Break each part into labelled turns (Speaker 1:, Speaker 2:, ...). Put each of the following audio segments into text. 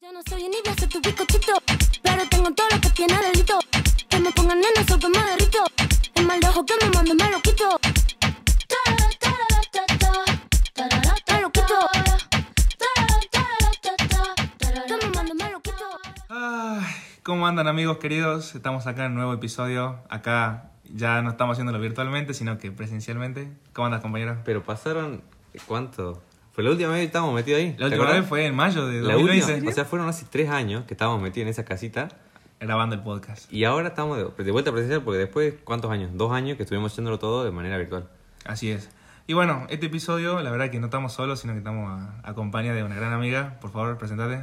Speaker 1: no soy un niño, soy tu bizcochito. Pero tengo todo lo que tiene delito. Que me pongan nena, soy que me derrito. El mal de ojo que me mando me lo quito. Me lo quito. Que me mando me lo quito.
Speaker 2: Ay, ¿Cómo andan amigos queridos? Estamos acá en un nuevo episodio. Acá ya no estamos haciéndolo virtualmente, sino que presencialmente. ¿Cómo andas compañero?
Speaker 3: Pero pasaron. ¿Cuánto? Fue la última vez que estábamos metidos ahí. ¿te
Speaker 2: La última
Speaker 3: acordás?
Speaker 2: vez fue en mayo de
Speaker 3: La última. O
Speaker 2: 2020
Speaker 3: sea, fueron hace tres años que estábamos metidos en esa casita.
Speaker 2: grabando el podcast.
Speaker 3: Y ahora estamos de, de vuelta a presencial porque después, ¿cuántos años? Dos años que estuvimos haciéndolo todo de manera virtual.
Speaker 2: Así es. Y bueno, este episodio, la verdad que no estamos solos, sino que estamos a- acompañados de una gran amiga. Por favor, presentate.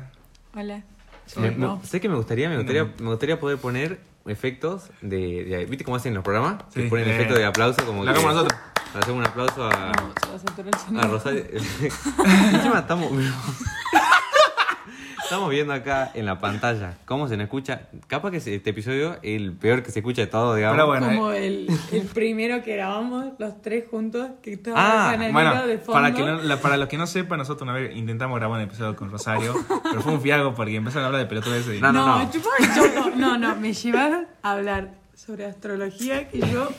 Speaker 4: Hola.
Speaker 3: Me- me- sé que me gustaría, me gustaría, me gustaría poder poner efectos de, de- ¿Viste cómo hacen los programas?
Speaker 2: Sí.
Speaker 3: Que ponen
Speaker 2: Eh,
Speaker 3: efectos de aplauso como
Speaker 2: la
Speaker 3: que-
Speaker 2: hagamos nosotros.
Speaker 3: Le Hacemos un aplauso a,
Speaker 4: No, se va a saturar el
Speaker 3: a
Speaker 4: sonido.
Speaker 3: Ah, Rosario. Encima estamos. Estamos viendo acá en la pantalla cómo se nos escucha. Capaz que este episodio es el peor que se escucha de todo, digamos.
Speaker 2: Pero bueno.
Speaker 4: Como
Speaker 3: eh.
Speaker 4: el, el primero que grabamos los tres juntos, que estaba
Speaker 3: Ah,
Speaker 4: el canalito
Speaker 2: Bueno,
Speaker 4: de fondo.
Speaker 2: para, que no- la- para los que no sepan, nosotros una vez intentamos grabar un episodio con Rosario, pero fue un fiago porque empezaron a hablar de pelotudeces. y-
Speaker 3: No, no.
Speaker 4: no, chupó el choco. no, no, me llevaron a hablar sobre astrología que yo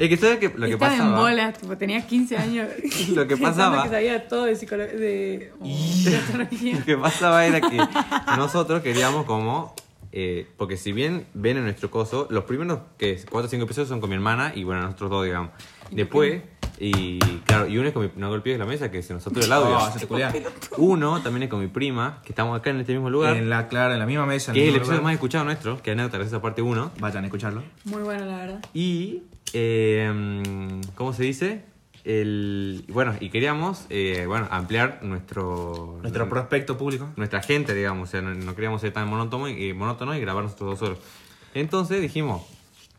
Speaker 3: Es que sabes que lo que
Speaker 4: estaba en
Speaker 3: pasaba.
Speaker 4: bolas, tipo, tenía 15 años.
Speaker 3: Lo que
Speaker 4: pensando
Speaker 3: pasaba-
Speaker 4: que sabía todo de psicología, de, oh, de astrología.
Speaker 3: Lo que pasaba era que nosotros queríamos como. eh, porque si bien ven en nuestro coso, los primeros que 4 o 5 episodios son con mi hermana y bueno, nosotros dos, digamos. Después, y claro, y uno es con mi. No golpees la mesa que se nos satura el audio.
Speaker 2: Oh, se te culea.
Speaker 3: Uno también es con mi prima, que estamos acá en este mismo lugar.
Speaker 2: En la, claro, en la misma mesa. en
Speaker 3: que es el
Speaker 2: mismo
Speaker 3: episodio
Speaker 2: lugar.
Speaker 3: más escuchado nuestro, que anécdota es esa parte 1.
Speaker 2: Vayan a escucharlo.
Speaker 4: Muy bueno, la verdad.
Speaker 3: Y, eh, ¿cómo se dice? El, bueno, y queríamos eh, bueno, ampliar nuestro,
Speaker 2: Nuestro prospecto público.
Speaker 3: nuestra gente, digamos. O sea, no, no queríamos ser tan monótonos y, monótonos y grabar nosotros dos solos. Entonces dijimos,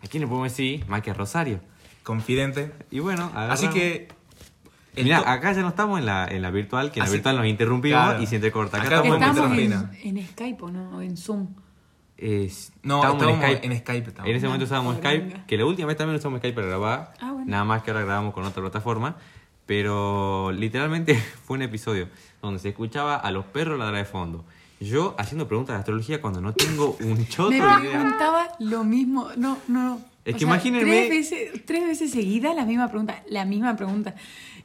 Speaker 3: ¿a quién le podemos decir más que a Rosario?
Speaker 2: confidente.
Speaker 3: Y bueno,
Speaker 2: Así
Speaker 3: agarramos-
Speaker 2: que. el
Speaker 3: Mirá,
Speaker 2: to-
Speaker 3: acá ya no estamos en la, en la virtual, que en
Speaker 2: Así-
Speaker 3: la virtual nos interrumpimos
Speaker 2: Claro.
Speaker 3: y se entrecorta. Acá,
Speaker 2: Acá
Speaker 3: estamos,
Speaker 2: podemos
Speaker 4: Estamos
Speaker 2: meter
Speaker 4: en,
Speaker 2: la
Speaker 4: en Skype, ¿o ¿no? O en Zoom.
Speaker 3: Es-
Speaker 2: No,
Speaker 3: estábamos
Speaker 2: estábamos en Skype, estábamos.
Speaker 3: En ese momento
Speaker 4: No,
Speaker 3: usábamos
Speaker 4: pobre
Speaker 3: Skype,
Speaker 4: manga.
Speaker 3: que la última vez también usamos Skype para grabar.
Speaker 4: Ah, bueno.
Speaker 3: Nada más que ahora grabamos con otra plataforma. Pero literalmente fue un episodio donde se escuchaba a los perros ladrar de fondo. Yo haciendo preguntas de astrología cuando no tengo un choto de
Speaker 4: Me
Speaker 3: idea.
Speaker 4: preguntaba lo mismo. No, no, no.
Speaker 3: Es
Speaker 4: O
Speaker 3: que
Speaker 4: sea,
Speaker 3: imagínenme-
Speaker 4: Tres veces, tres veces seguidas la misma pregunta. La misma pregunta.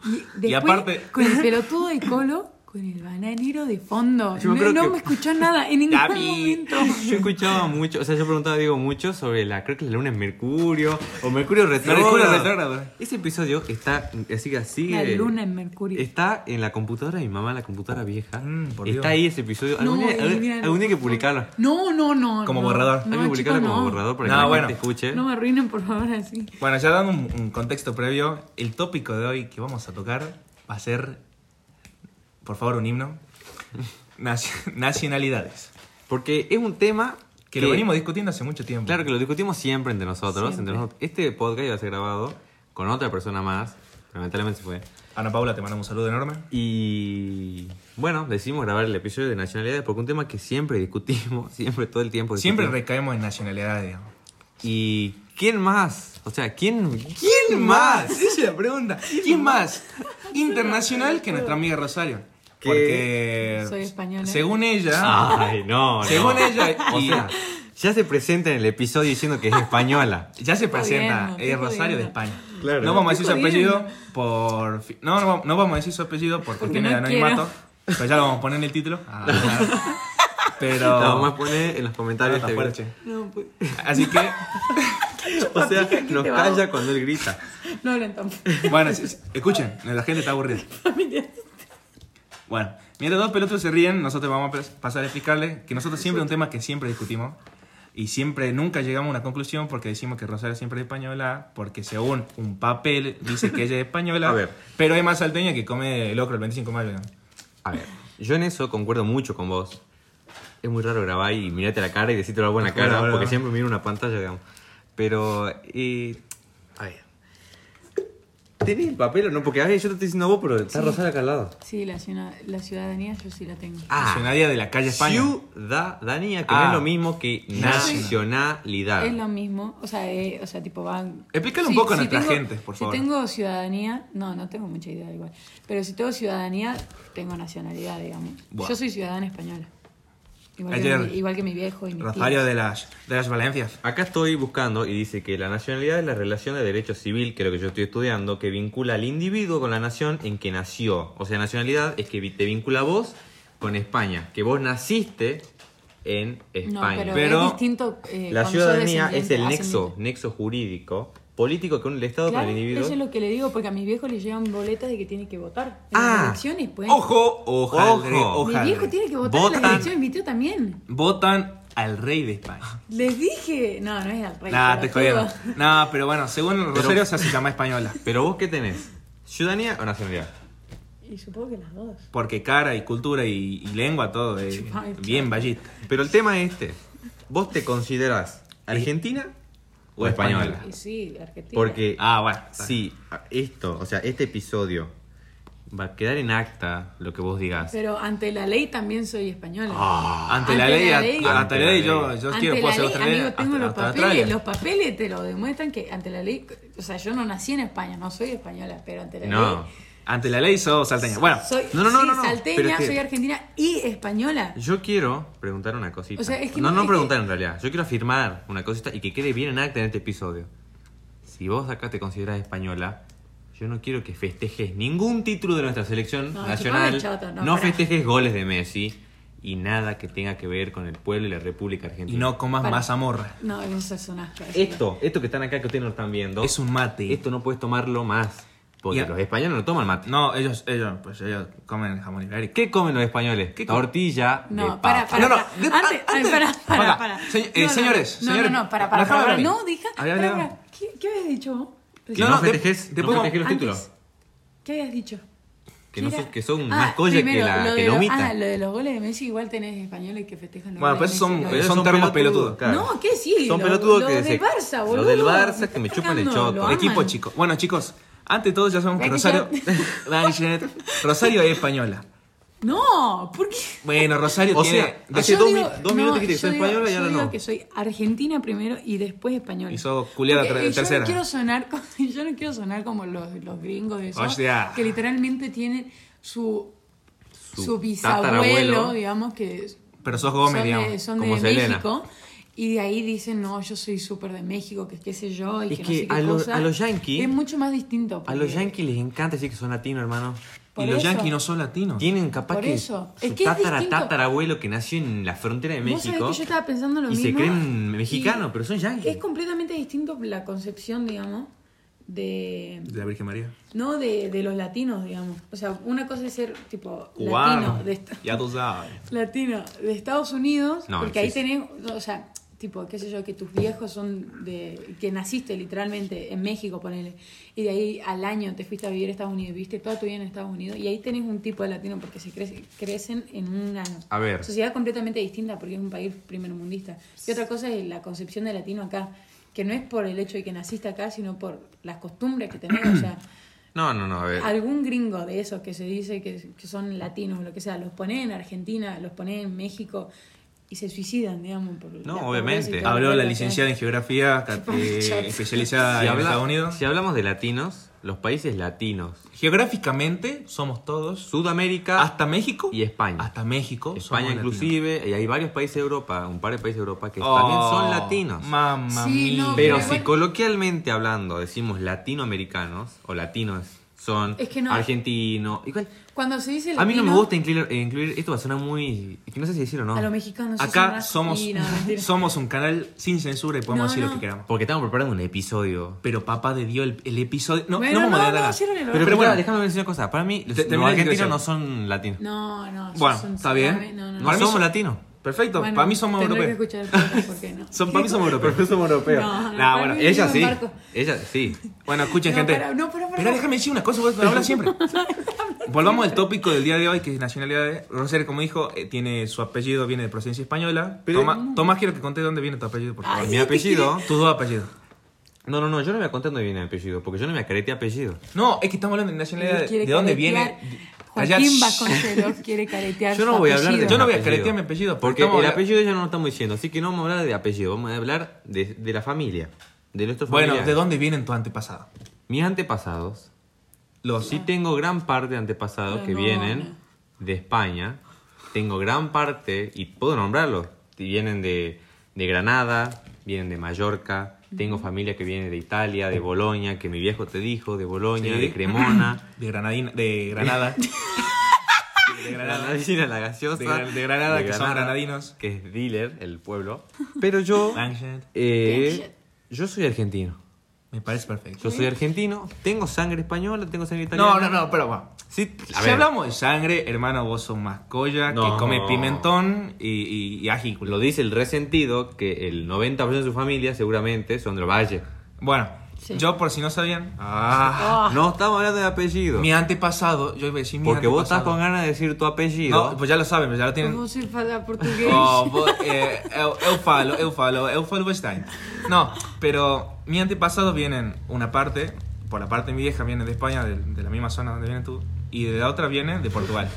Speaker 4: Y, después,
Speaker 2: aparte-
Speaker 4: Con el pelotudo de colo, con el bananero de fondo.
Speaker 3: Yo
Speaker 4: no
Speaker 3: creo
Speaker 4: no
Speaker 3: que-
Speaker 4: me escuchó nada en ningún
Speaker 2: Gaby.
Speaker 4: momento.
Speaker 3: Yo escuchaba mucho, o sea, yo preguntaba, digo, mucho sobre la, creo que la luna es Mercurio, o Mercurio retrógrado.
Speaker 2: Mercurio retrógrado.
Speaker 3: Ese episodio está, así que
Speaker 4: La
Speaker 3: sigue.
Speaker 4: luna en Mercurio.
Speaker 3: Está en la computadora de mi mamá, la computadora vieja.
Speaker 2: Mm, por Dios.
Speaker 3: está ahí ese episodio. Algún, día, algún-
Speaker 4: mira,
Speaker 3: algún día hay que publicarlo.
Speaker 4: No, no, no.
Speaker 2: Como
Speaker 4: no.
Speaker 2: borrador.
Speaker 3: hay que
Speaker 4: No,
Speaker 3: publicarlo
Speaker 4: chicos,
Speaker 3: como
Speaker 4: no.
Speaker 3: borrador para que
Speaker 2: No,
Speaker 3: la
Speaker 2: bueno.
Speaker 3: gente escuche.
Speaker 4: No me arruinen, por favor, así.
Speaker 2: Bueno, ya dando un, un contexto previo, el tópico de hoy que vamos a tocar va a ser. Por favor, un himno. Naci- Nacionalidades.
Speaker 3: Porque es un tema
Speaker 2: Que lo venimos discutiendo hace mucho tiempo.
Speaker 3: Claro que lo discutimos siempre entre nosotros.
Speaker 4: Siempre.
Speaker 3: entre nosotros. Este podcast iba a ser grabado con otra persona más. Lamentablemente se fue.
Speaker 2: Ana Paula, te mandamos un saludo enorme.
Speaker 3: Y bueno, decidimos grabar el episodio de nacionalidades porque un tema que siempre discutimos, siempre todo el tiempo.
Speaker 2: Siempre
Speaker 3: discutimos.
Speaker 2: recaemos en nacionalidades, digamos.
Speaker 3: ¿Y quién más? O sea, ¿quién, quién más?
Speaker 2: Esa es la pregunta. ¿Quién más internacional que nuestra amiga Rosario?
Speaker 3: Que-
Speaker 2: Porque.
Speaker 4: Soy española.
Speaker 2: Según ella.
Speaker 3: Ay, no, no.
Speaker 2: Según ella,
Speaker 3: O
Speaker 2: y-
Speaker 3: sea, ya se presenta en el episodio diciendo que es española.
Speaker 2: Ya se
Speaker 4: Está
Speaker 2: presenta,
Speaker 4: bien,
Speaker 2: es
Speaker 4: está
Speaker 2: Rosario
Speaker 4: bien.
Speaker 2: de España.
Speaker 3: Claro.
Speaker 2: No vamos a decir su
Speaker 4: Está bien.
Speaker 2: apellido por. fi- No, no, no vamos a decir su apellido por cuestiones de
Speaker 4: no quiero.
Speaker 2: anonimato. Pero ya lo vamos a poner en el título. Ah, claro.
Speaker 3: Lo vamos a
Speaker 2: Pero.
Speaker 3: poner en los
Speaker 2: Ah,
Speaker 3: comentarios.
Speaker 2: está
Speaker 3: este
Speaker 2: fuerte.
Speaker 4: No, pues,
Speaker 2: Así que,
Speaker 3: video. O sea, nos
Speaker 4: te va.
Speaker 3: calla cuando él grita.
Speaker 4: no hablan tan
Speaker 2: bueno, sí, sí, escuchen, la gente está aburrida.
Speaker 4: familiar.
Speaker 2: Bueno, mientras dos pelotos se ríen, nosotros vamos a pas- pasar a explicarles que nosotros siempre es un tema que siempre discutimos y siempre, nunca llegamos a una conclusión porque decimos que Rosario siempre es española, porque según un papel dice que ella es española,
Speaker 3: A ver.
Speaker 2: pero hay más salteña que come locro el 25 de mayo. digamos.
Speaker 3: A ver, yo en eso concuerdo mucho con vos. Es muy raro grabar y mirarte la cara y decirte algo en la
Speaker 2: Bueno,
Speaker 3: cara,
Speaker 2: bueno,
Speaker 3: porque
Speaker 2: bueno.
Speaker 3: siempre miro una pantalla, digamos. Pero, eh, a ver. ¿Tenés el papel o no? Porque a ver, yo te estoy diciendo a vos, pero está Rosario acá al lado.
Speaker 4: Sí, la, ciudad- la ciudadanía yo sí la tengo.
Speaker 3: Ah.
Speaker 2: Nacionalidad de la calle España.
Speaker 3: Ciudadanía, que
Speaker 2: Ah.
Speaker 3: no es lo mismo que
Speaker 2: Nacional.
Speaker 3: nacionalidad.
Speaker 4: Es lo mismo, o sea, eh, o sea tipo van...
Speaker 2: Ah. Explícale un poco a nuestra gente, por favor.
Speaker 4: Si tengo ciudadanía, no, no tengo mucha idea igual, pero si tengo ciudadanía, tengo nacionalidad, digamos.
Speaker 2: Buah.
Speaker 4: Yo soy ciudadana española. Igual,
Speaker 2: Ayer.
Speaker 4: Que, mi, igual que mi viejo y mi tío.
Speaker 2: Rosario de las, de las Valencias.
Speaker 3: Acá estoy buscando y dice que la nacionalidad es la relación de derecho civil, que es lo que yo estoy estudiando, que vincula al individuo con la nación en que nació. O sea, nacionalidad es que vi- te vincula a vos con España, que vos naciste en
Speaker 4: No,
Speaker 3: España.
Speaker 4: pero,
Speaker 2: Pero
Speaker 4: es distinto. eh,
Speaker 3: la
Speaker 4: cuando sos
Speaker 3: ciudadanía es
Speaker 4: descendiente,
Speaker 3: el nexo,
Speaker 4: ascendiente.
Speaker 3: nexo jurídico, político que une el Estado
Speaker 4: Claro,
Speaker 3: con el individuo.
Speaker 4: eso es lo que le digo, porque a mis viejos les llegan boletas de que tienen que votar. En
Speaker 3: Ah.
Speaker 4: las elecciones, pues.
Speaker 2: ¡Ojo! ¡Ojaldre!
Speaker 3: Ojo.
Speaker 4: Mi
Speaker 2: ojaldre.
Speaker 4: viejo tiene que votar en
Speaker 3: Votan.
Speaker 4: las elecciones, mi tío también.
Speaker 2: Votan al rey de España.
Speaker 4: Les dije. No, no es al rey.
Speaker 2: Nah, te
Speaker 4: pelotudo.
Speaker 2: jodieron. Nah, pero bueno, según Rosario se hace llamar española.
Speaker 3: Pero vos qué tenés, ciudadanía o nacionalidad.
Speaker 4: Y supongo que las dos.
Speaker 2: Porque cara y cultura y, y lengua, todo. eh,
Speaker 4: Chupai,
Speaker 2: bien vallita.
Speaker 3: Pero el tema es este, vos te considerás argentina o española.
Speaker 4: Y sí, Argentina.
Speaker 3: Porque
Speaker 2: Ah, bueno. está.
Speaker 3: Sí, esto, o sea, este episodio va a quedar en acta lo que vos digas.
Speaker 4: Pero ante la ley también soy española.
Speaker 2: Ah. Ante, la ley, a- ante la
Speaker 3: Ah. Ante la
Speaker 2: ley,
Speaker 3: ley.
Speaker 2: yo, yo
Speaker 4: ante
Speaker 2: quiero, puedo
Speaker 4: la
Speaker 2: hacer
Speaker 4: ley,
Speaker 2: otra ley.
Speaker 4: amigo, tengo los
Speaker 2: hasta
Speaker 4: papeles.
Speaker 2: Australia.
Speaker 4: Los papeles te lo demuestran que ante la ley. O sea, yo no nací en España, no soy española, pero ante la
Speaker 3: No.
Speaker 4: ley.
Speaker 2: Ante la ley sos salteña. Bueno,
Speaker 4: Soy
Speaker 3: No, no, no,
Speaker 4: sí,
Speaker 3: no, no, pero es
Speaker 4: salteña,
Speaker 3: que-
Speaker 4: soy argentina y española.
Speaker 3: Yo quiero preguntar una cosita.
Speaker 4: O sea, es que
Speaker 3: no,
Speaker 4: no-
Speaker 3: no
Speaker 4: es
Speaker 3: preguntar
Speaker 4: que-
Speaker 3: en realidad. Yo quiero afirmar una cosita y que quede bien en acta en este episodio. Si vos acá te considerás española, yo no quiero que festejes ningún título de nuestra selección
Speaker 4: No,
Speaker 3: nacional.
Speaker 4: chupame el choto,
Speaker 3: no
Speaker 4: no, pará.
Speaker 3: festejes goles de Messi y nada que tenga que ver con el pueblo y la República Argentina.
Speaker 2: y no comas
Speaker 4: Para.
Speaker 2: mazamorra.
Speaker 4: No, no sos un asco.
Speaker 3: Esto, esto que están acá que ustedes no están viendo,
Speaker 2: Es un mate.
Speaker 3: esto no puedes tomarlo más. Porque
Speaker 2: Ya.
Speaker 3: los españoles no toman mate.
Speaker 2: No, ellos, ellos, pues ellos comen jamón ibérico.
Speaker 3: ¿Qué comen los españoles?
Speaker 2: ¿Qué comen?
Speaker 3: Tortilla de
Speaker 4: No,
Speaker 3: papa.
Speaker 4: para, para.
Speaker 2: No, no,
Speaker 4: para.
Speaker 2: de- a-
Speaker 4: antes, ay,
Speaker 2: antes.
Speaker 4: para,
Speaker 2: Oiga,
Speaker 4: para, para.
Speaker 2: se- eh,
Speaker 4: No, no,
Speaker 2: señores,
Speaker 4: no,
Speaker 2: señores.
Speaker 4: No, no, para, para,
Speaker 2: Déjame
Speaker 4: para.
Speaker 2: hablar a mí.
Speaker 4: No, deja.
Speaker 2: Había
Speaker 4: para,
Speaker 2: hablado.
Speaker 4: para. ¿Qué, ¿Qué habías dicho vos?
Speaker 3: Que
Speaker 2: No,
Speaker 3: no,
Speaker 2: no, de-
Speaker 3: festejes, no
Speaker 2: después-
Speaker 3: festejes los
Speaker 4: Antes,
Speaker 3: títulos.
Speaker 4: ¿Qué habías dicho?
Speaker 3: Que no
Speaker 4: ¿Qué
Speaker 3: sos-
Speaker 4: era?
Speaker 3: que son
Speaker 4: Ah,
Speaker 3: más collas que
Speaker 4: primero,
Speaker 3: la-
Speaker 4: lo
Speaker 3: que la
Speaker 4: de los-
Speaker 3: humita.
Speaker 4: Ah, lo de los goles de Messi, igual tenés españoles que festejan los
Speaker 2: Bueno,
Speaker 4: goles
Speaker 2: pero
Speaker 4: de
Speaker 2: esos
Speaker 4: Messi,
Speaker 2: son-
Speaker 4: ¿no?
Speaker 2: son termos pelotudos.
Speaker 4: No, ¿qué sí?
Speaker 3: Son
Speaker 4: Lo-
Speaker 3: pelotudos
Speaker 4: lo
Speaker 3: que
Speaker 4: del
Speaker 3: se-
Speaker 4: Barça,
Speaker 3: lo
Speaker 4: boludo.
Speaker 3: del
Speaker 4: Me
Speaker 3: Barça que
Speaker 4: está
Speaker 3: me chupan el
Speaker 4: cagando,
Speaker 3: choto.
Speaker 4: lo
Speaker 2: Equipo
Speaker 4: aman.
Speaker 2: chico. Bueno, chicos, ante todos ya sabemos que
Speaker 4: Ve que
Speaker 2: Rosario. Blanchett, Rosario es española.
Speaker 4: No, ¿por qué?
Speaker 2: Bueno, Rosario
Speaker 3: O
Speaker 2: tiene.
Speaker 3: sea,
Speaker 2: de-
Speaker 3: hace
Speaker 4: Yo
Speaker 3: dos
Speaker 4: digo-
Speaker 3: mi- dos minutos dijiste que
Speaker 4: yo
Speaker 3: soy
Speaker 4: digo-
Speaker 3: española y
Speaker 4: yo
Speaker 3: ahora
Speaker 4: digo
Speaker 3: no.
Speaker 4: que soy argentina primero y después española.
Speaker 2: Y sos culiada
Speaker 4: Porque,
Speaker 2: tra-
Speaker 4: eh, Yo
Speaker 2: tercera.
Speaker 4: no quiero sonar como, yo no quiero sonar como los, los gringos de esos,
Speaker 2: Hostia.
Speaker 4: que literalmente tienen su,
Speaker 3: Su
Speaker 4: su, bisabuelo,
Speaker 3: tatarabuelo.
Speaker 4: digamos, que es-
Speaker 2: Pero sos Gómez,
Speaker 4: son de,
Speaker 2: digamos.
Speaker 4: son
Speaker 3: como
Speaker 4: de
Speaker 3: Selena.
Speaker 4: México. Y de ahí dicen, no, yo soy súper de México, que qué sé yo, y
Speaker 3: Es
Speaker 4: que, no
Speaker 3: que
Speaker 4: sé qué
Speaker 3: a los-
Speaker 4: cosa.
Speaker 3: a los yanquis-
Speaker 4: Es mucho más distinto.
Speaker 3: A
Speaker 4: porque-
Speaker 3: los yanquis les encanta decir que son latinos, hermano.
Speaker 2: Y
Speaker 4: por
Speaker 2: los
Speaker 4: eso.
Speaker 2: yanquis no son latinos.
Speaker 3: Tienen capaz
Speaker 4: Por
Speaker 3: que
Speaker 4: eso.
Speaker 3: su
Speaker 4: Es que es
Speaker 3: tatara,
Speaker 4: distinto.
Speaker 3: tatarabuelo que nació en la frontera de
Speaker 4: Vos sabés
Speaker 3: México.
Speaker 4: que yo estaba pensando lo
Speaker 3: y
Speaker 4: mismo.
Speaker 3: se creen mexicanos,
Speaker 4: y
Speaker 3: pero son yanquis.
Speaker 4: Es completamente distinto la concepción, digamos, de.
Speaker 2: De la Virgen María.
Speaker 4: No de, de los latinos, digamos. O sea, una cosa es ser tipo
Speaker 2: Cubano.
Speaker 4: latino de, esta-
Speaker 2: Ya tú sabes.
Speaker 4: latino de Estados Unidos,
Speaker 3: No,
Speaker 4: porque ahí
Speaker 3: sí, sí.
Speaker 4: tenés, o sea, tipo, qué sé yo, que tus viejos son de. que naciste literalmente en México, ponele. Y de ahí al año te fuiste a vivir a Estados Unidos, viviste toda tu vida en Estados Unidos. Y ahí tenés un tipo de latino porque se crece- crecen en una
Speaker 3: A ver.
Speaker 4: sociedad completamente distinta porque es un país primermundista. Y otra cosa es la concepción de latino acá, que no es por el hecho de que naciste acá, sino por las costumbres que tenés. O sea,
Speaker 3: No, no, no, a ver.
Speaker 4: algún gringo de esos que se dice que, que son latinos o lo que sea, los pone en Argentina, los pone en México y se suicidan, digamos. Por la
Speaker 3: No,
Speaker 4: pobreza
Speaker 3: obviamente.
Speaker 4: y todo lo
Speaker 2: Habló
Speaker 4: que
Speaker 2: la
Speaker 4: hay.
Speaker 2: licenciada en geografía, cat- eh,
Speaker 4: Chupachup.
Speaker 2: especializada
Speaker 3: si,
Speaker 2: en
Speaker 3: habla-
Speaker 2: Estados Unidos.
Speaker 3: si hablamos de latinos, los países latinos,
Speaker 2: Geográficamente somos todos.
Speaker 3: Sudamérica,
Speaker 2: Hasta México.
Speaker 3: y España.
Speaker 2: Hasta México.
Speaker 3: España
Speaker 2: somos latinos.
Speaker 3: inclusive, y hay varios países de Europa, un par de países de Europa que
Speaker 2: Oh,
Speaker 3: también son latinos.
Speaker 2: Mamma
Speaker 4: Sí, no,
Speaker 2: mía.
Speaker 3: Pero
Speaker 4: Pero
Speaker 3: si
Speaker 4: igual-
Speaker 3: coloquialmente hablando decimos latinoamericanos o latinos son
Speaker 4: Es que no.
Speaker 3: argentino, igual
Speaker 4: Cuando se dice
Speaker 3: a mí no me
Speaker 4: latino,
Speaker 3: gusta incluir, incluir- esto va a sonar muy es que no sé si decirlo o
Speaker 4: A los
Speaker 3: no.
Speaker 4: mexicanos se
Speaker 2: Acá
Speaker 4: llaman
Speaker 2: somos,
Speaker 4: así, no, mentira.
Speaker 2: somos un canal sin censura y podemos
Speaker 4: No,
Speaker 2: decir lo
Speaker 4: no.
Speaker 2: que queramos.
Speaker 3: Porque estamos preparando un episodio.
Speaker 2: Pero papá de Dios, el, el episodio. No,
Speaker 4: Bueno,
Speaker 2: no vamos a
Speaker 4: no,
Speaker 2: dar
Speaker 4: no,
Speaker 2: nada.
Speaker 4: ciérrale
Speaker 3: Pero,
Speaker 4: la boca.
Speaker 2: pero
Speaker 3: escuchá,
Speaker 2: bueno,
Speaker 3: déjame mencionar una cosa, para mí los,
Speaker 2: Te-
Speaker 3: los
Speaker 2: termina la
Speaker 3: argentinos
Speaker 2: explicación.
Speaker 3: no son latinos. No,
Speaker 4: No, no. esos
Speaker 2: Bueno,
Speaker 4: son-
Speaker 2: está bien.
Speaker 4: para mí- No, no, no.
Speaker 2: Para mí
Speaker 3: somos
Speaker 2: son-
Speaker 3: latinos.
Speaker 2: perfecto.
Speaker 4: Bueno,
Speaker 2: para mí somos
Speaker 4: tendré
Speaker 2: europeos.
Speaker 4: que escuchar el podcast, ¿por qué no?
Speaker 2: Son- para mí somos europeos.
Speaker 3: somos europeos.
Speaker 4: No, no,
Speaker 2: Nah,
Speaker 4: para
Speaker 2: bueno,
Speaker 4: mí
Speaker 3: Ah, Ella
Speaker 4: vivo en
Speaker 3: sí.
Speaker 4: barco.
Speaker 3: Ella sí.
Speaker 2: Bueno, escuchen,
Speaker 4: No,
Speaker 2: gente.
Speaker 4: para- no, para, para.
Speaker 2: Pero déjame decir una cosa, vos me hablas siempre. Volvamos al tópico del día de hoy, que es nacionalidades. Rosario, como dijo, eh, tiene su apellido, viene de procedencia española.
Speaker 3: Pero-
Speaker 2: Toma- Tomás, quiero que conté dónde viene tu apellido, por favor.
Speaker 4: Ay,
Speaker 3: Mi apellido.
Speaker 2: Tus dos apellidos.
Speaker 3: No, no, no, yo no me voy a contar dónde viene el apellido, porque yo no me acareté apellido.
Speaker 2: No, es que estamos hablando de
Speaker 4: Él
Speaker 2: nacionalidades.
Speaker 4: quiere
Speaker 2: ¿De dónde viene?
Speaker 4: caretear.
Speaker 2: Callá,
Speaker 4: Joaquín
Speaker 2: shh.
Speaker 4: Vasconcelos quiere caretear
Speaker 3: Yo no
Speaker 4: su
Speaker 3: voy a hablar de
Speaker 4: apellido.
Speaker 2: Yo no voy a
Speaker 3: apellido.
Speaker 2: caretear mi apellido, porque
Speaker 3: Porque
Speaker 2: estamos
Speaker 3: el
Speaker 2: habla-
Speaker 3: apellido ya no lo estamos diciendo, así que no vamos a hablar de apellido, vamos a hablar de, de la familia, de nuestros
Speaker 2: Bueno,
Speaker 3: familiares.
Speaker 2: ¿de dónde vienen tus antepasados?
Speaker 3: Mis antepasados,
Speaker 2: Los
Speaker 3: sí tengo gran parte de antepasados
Speaker 4: No,
Speaker 3: que
Speaker 4: no,
Speaker 3: vienen de España, tengo gran parte, y puedo nombrarlos, y vienen de, de Granada, vienen de Mallorca, tengo familia que viene de Italia, de Bolonia, que mi viejo te dijo, de Bolonia,
Speaker 2: Sí.
Speaker 3: de Cremona,
Speaker 2: De, Granadina, de Granada. de Granada.
Speaker 3: Granadina, la gaseosa,
Speaker 2: De Gran- de Granada, que son granadinos.
Speaker 3: que es dealer, el pueblo. Pero yo,
Speaker 2: Ancient.
Speaker 3: eh, yo soy argentino.
Speaker 2: Me parece perfecto.
Speaker 3: Yo soy argentino, tengo sangre española, tengo sangre italiana.
Speaker 2: No, no, no, pero va.
Speaker 3: Sí, a
Speaker 2: si
Speaker 3: ver,
Speaker 2: hablamos de sangre, hermano, vos sos más colla
Speaker 3: No.
Speaker 2: que come pimentón y, y, y ají.
Speaker 3: pues. Lo dice el resentido que el 90% de su familia seguramente son del Valle.
Speaker 2: Bueno,
Speaker 4: Sí.
Speaker 2: yo por si no sabían, ah,
Speaker 4: Ah.
Speaker 3: No estamos hablando de apellido.
Speaker 2: mi antepasado, yo iba a decir mi
Speaker 3: Porque vos estás
Speaker 2: antepasado.
Speaker 3: con ganas de decir tu apellido.
Speaker 2: No, pues ya lo saben, pues ya lo tienen.
Speaker 4: ¿Cómo se fala portugués?
Speaker 2: Oh, vos, eh, eu, eu falo, eu falo, eu falo Weinstein. No, pero mi antepasado vienen una parte, por la parte de mi vieja viene de España, de, de la misma zona donde vienes tú, y de la otra viene de Portugal.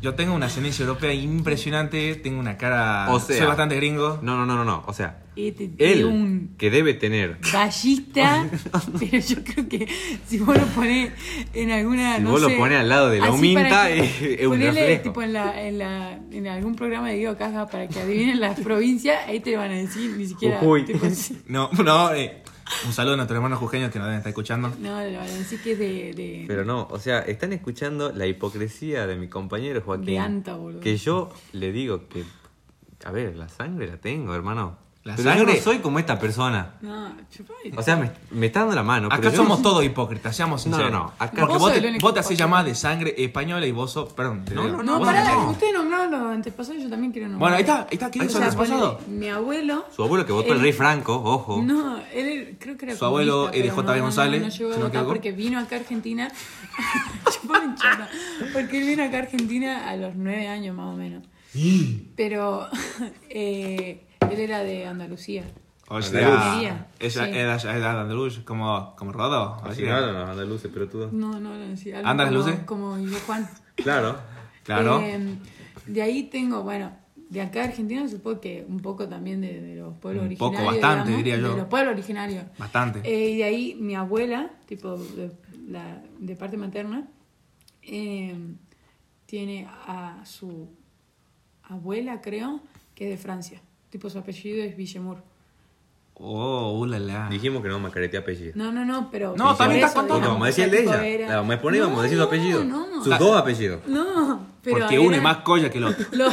Speaker 2: Yo tengo una ascendencia europea impresionante, tengo una cara...
Speaker 3: O sea,
Speaker 2: soy bastante gringo.
Speaker 3: no, no, no, no, no. O sea,
Speaker 4: Y te- y
Speaker 3: él
Speaker 4: un
Speaker 3: que debe tener.
Speaker 4: gallista, pero yo creo que si vos lo pones en alguna.
Speaker 3: Si
Speaker 4: no
Speaker 3: vos lo
Speaker 4: sé,
Speaker 3: ponés al lado de la
Speaker 4: así
Speaker 3: huminta,
Speaker 4: para que-
Speaker 3: es- es un
Speaker 4: ponele,
Speaker 3: reflejo.
Speaker 4: tipo en, la, en, la, en algún programa de Guido Caja para que adivinen las provincias, ahí te van a decir ni siquiera.
Speaker 3: Jujuy.
Speaker 4: tipo, sí.
Speaker 2: No, no, eh, un saludo a nuestros hermanos jujeños que nos deben estar escuchando.
Speaker 4: no, le van a decir que es de. de
Speaker 3: Pero no, o sea, están escuchando la hipocresía de mi compañero Joaquín.
Speaker 4: De anta, boludo.
Speaker 3: Que yo le digo que. A ver, la sangre la tengo, hermano.
Speaker 2: La
Speaker 3: pero yo
Speaker 2: sangre-
Speaker 3: no soy como esta persona.
Speaker 4: no, chupá.
Speaker 3: O sea, me, me está dando la mano.
Speaker 2: Acá
Speaker 3: pero yo-
Speaker 2: somos todos hipócritas, seamos
Speaker 3: No, no,
Speaker 2: sinceros.
Speaker 3: no, acá-
Speaker 2: Porque
Speaker 4: Vos
Speaker 2: vos
Speaker 4: sos
Speaker 2: te,
Speaker 4: el único
Speaker 2: vos te hacés
Speaker 4: hipócrita.
Speaker 2: llamar de sangre española y vos sos... Perdón. te
Speaker 3: No,
Speaker 2: digo.
Speaker 3: no,
Speaker 4: no,
Speaker 2: Vos sos
Speaker 4: pará,
Speaker 2: gringo.
Speaker 4: ustedes nombraron los antepasados, yo también quiero nombrar.
Speaker 2: Bueno, ahí está, ahí está, ¿quiénes
Speaker 4: O
Speaker 2: son
Speaker 4: sea,
Speaker 2: los antepasados?
Speaker 4: ponele, Mi abuelo.
Speaker 3: Su abuelo que votó el
Speaker 4: él-
Speaker 3: rey Franco, ojo.
Speaker 4: No, él creo que era
Speaker 2: Su abuelo,
Speaker 4: comunista,
Speaker 2: Eddie
Speaker 4: pero
Speaker 2: J.B.
Speaker 4: no, no,
Speaker 2: González,
Speaker 4: No, no llegó a
Speaker 2: si no me
Speaker 4: votar
Speaker 2: equivoco.
Speaker 4: porque vino acá a Argentina. Chupame en chota, porque él vino acá a Argentina a los nueve años más o menos. Pero eh, él era de Andalucía.
Speaker 2: O
Speaker 4: Andaluz.
Speaker 2: sea, esa
Speaker 4: Sí.
Speaker 2: era, era andaluz, como, como Rodo. o sea.
Speaker 3: los andaluces, pero tú.
Speaker 4: No, no, no, sí, algo
Speaker 2: ¿Andas
Speaker 4: como,
Speaker 2: luces?
Speaker 4: Como yo, Juan.
Speaker 3: Claro.
Speaker 2: Claro.
Speaker 4: Eh, de ahí tengo, bueno, de acá a Argentina supongo que un poco también de, de los pueblos
Speaker 2: Un poco,
Speaker 4: originarios.
Speaker 2: bastante,
Speaker 4: digamos,
Speaker 2: diría yo.
Speaker 4: De los pueblos originarios.
Speaker 2: Bastante.
Speaker 4: Eh, y de ahí mi abuela, tipo de, la- de parte materna, eh, tiene a su abuela, creo, que es de Francia. Tipo su apellido es Villemur.
Speaker 2: Oh, ulala.
Speaker 3: Dijimos que no macarete apellido.
Speaker 4: No, no, no, pero.
Speaker 2: No,
Speaker 4: por
Speaker 2: también
Speaker 4: eso,
Speaker 2: está contando.
Speaker 4: digamos,
Speaker 3: No, vamos a decir el
Speaker 4: o sea,
Speaker 3: de
Speaker 4: tipo,
Speaker 3: ella.
Speaker 4: era-
Speaker 3: La vamos a poner y vamos a decir su
Speaker 4: No,
Speaker 3: apellido.
Speaker 4: No,
Speaker 3: Sus dos apellidos.
Speaker 4: no, pero.
Speaker 2: Porque uno
Speaker 4: era-
Speaker 2: es más colla que el otro.
Speaker 4: Lo-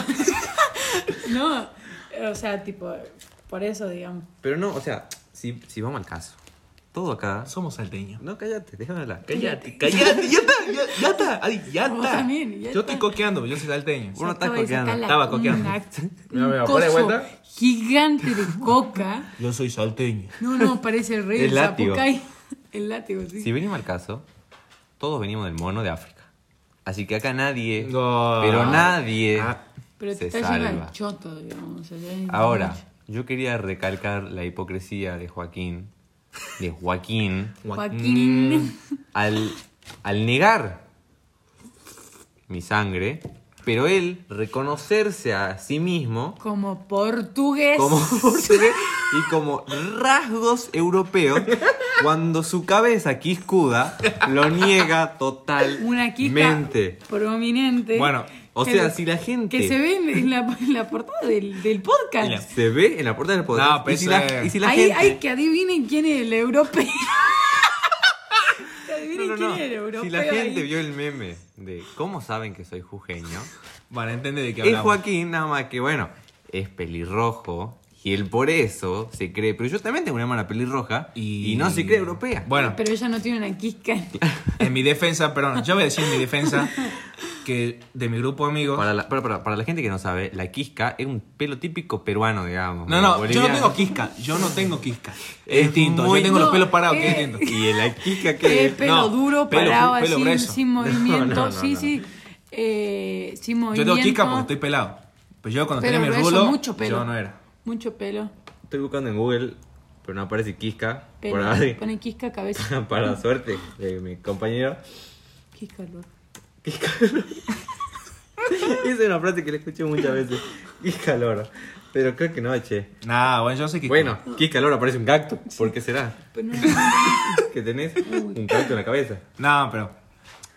Speaker 4: no, o sea, tipo, por eso, digamos.
Speaker 3: Pero no, o sea, si, si vamos al caso. Todo acá.
Speaker 2: Somos salteños.
Speaker 3: No, cállate, déjame hablar.
Speaker 2: Cállate, cállate, ya está, ya, ya está, ay, ya
Speaker 4: Vos
Speaker 2: está.
Speaker 4: también, ya
Speaker 2: yo
Speaker 4: está.
Speaker 2: estoy coqueando, yo soy salteño.
Speaker 3: Vos no estás
Speaker 4: Acaba de sacar
Speaker 3: coqueando,
Speaker 4: la-
Speaker 2: estaba coqueando.
Speaker 4: una-
Speaker 2: Mira, mira,
Speaker 4: un
Speaker 2: ¿pone
Speaker 4: coso
Speaker 2: vuelta?
Speaker 4: gigante de coca.
Speaker 2: Yo soy salteño.
Speaker 4: No, no, parece el rey
Speaker 3: El
Speaker 4: del
Speaker 3: látigo.
Speaker 4: Zapucay. El látigo, sí.
Speaker 3: Si venimos al caso, todos venimos del mono de África. Así que acá nadie,
Speaker 2: No.
Speaker 3: pero nadie
Speaker 2: Ah.
Speaker 4: Pero te
Speaker 3: se
Speaker 4: está lleno
Speaker 3: salva.
Speaker 4: de choto, digamos. o sea, ya es
Speaker 3: Ahora,
Speaker 4: mucho.
Speaker 3: yo quería recalcar la hipocresía de Joaquín, de Joaquín,
Speaker 4: Joaquín.
Speaker 3: al, al negar mi sangre, pero él reconocerse a sí mismo
Speaker 4: Como portugués.
Speaker 3: como portugués y como rasgos europeos cuando su cabeza quiscuda lo niega totalmente.
Speaker 4: Una quista prominente.
Speaker 2: Mm, Bueno,
Speaker 3: o
Speaker 4: que-
Speaker 3: sea, si la gente-
Speaker 4: Que se ve en en la, en la portada del, del podcast.
Speaker 2: Mira,
Speaker 3: Se ve en la puerta del poder.
Speaker 2: No, pues, eh. pero
Speaker 3: y
Speaker 2: eso
Speaker 3: si la,
Speaker 2: es-
Speaker 3: y si la
Speaker 4: ahí
Speaker 3: gente...
Speaker 4: hay que adivinen quién es el europeo. Que adivinen
Speaker 3: No, no,
Speaker 4: quién
Speaker 3: no.
Speaker 4: es el europeo.
Speaker 3: Si la
Speaker 4: ahí.
Speaker 3: gente vio el meme de cómo saben que soy jujeño,
Speaker 2: Vale, entiende de qué
Speaker 3: es
Speaker 2: hablamos.
Speaker 3: Joaquín, nada más que bueno, es pelirrojo y él por eso se cree. Pero yo también tengo una hermana pelirroja y,
Speaker 2: Y-
Speaker 3: no se cree europea.
Speaker 2: Bueno,
Speaker 4: Pero ella no tiene una quisca.
Speaker 2: en mi defensa, perdón, yo voy a decir en mi defensa que de mi grupo de amigos.
Speaker 3: Para la, para, para- para la gente que no sabe, la quisca es un pelo típico peruano, digamos.
Speaker 2: No, no, yo no
Speaker 3: boliviano.
Speaker 2: tengo quisca, yo no tengo quisca.
Speaker 3: Es
Speaker 2: Es distinto,
Speaker 3: muy-
Speaker 2: yo tengo los
Speaker 4: No,
Speaker 2: pelos parados, que
Speaker 4: eh.
Speaker 2: es distinto.
Speaker 3: Y la quisca que
Speaker 4: El
Speaker 3: es...
Speaker 4: Eh, pelo
Speaker 2: no,
Speaker 4: duro,
Speaker 2: pelo-
Speaker 4: parado,
Speaker 2: pelo
Speaker 4: así,
Speaker 2: grueso.
Speaker 4: sin
Speaker 3: No, no,
Speaker 4: movimiento.
Speaker 3: no,
Speaker 4: sí,
Speaker 3: no.
Speaker 4: sí. Eh, sin
Speaker 2: Yo
Speaker 4: movimiento.
Speaker 2: tengo quisca porque estoy pelado. Pero yo cuando
Speaker 4: Pero
Speaker 2: tenía mi
Speaker 4: grueso,
Speaker 2: rulo,
Speaker 4: mucho pelo.
Speaker 2: yo no era.
Speaker 4: Mucho pelo.
Speaker 3: Estoy buscando en Google, pero no aparece quisca.
Speaker 4: pelo.
Speaker 3: Por ahí.
Speaker 4: Pone quisca, cabeza.
Speaker 3: para suerte de mi compañero.
Speaker 4: Qué calor.
Speaker 3: Qué calor. Esa es una frase que le escuché muchas veces. Qué calor. Pero creo que no, che.
Speaker 2: Nah, bueno, yo sé que.
Speaker 3: Bueno, qué calor aparece un cacto. ¿Por qué será?
Speaker 4: Pero no,
Speaker 3: Que tenés un cacto en la cabeza.
Speaker 2: No, pero.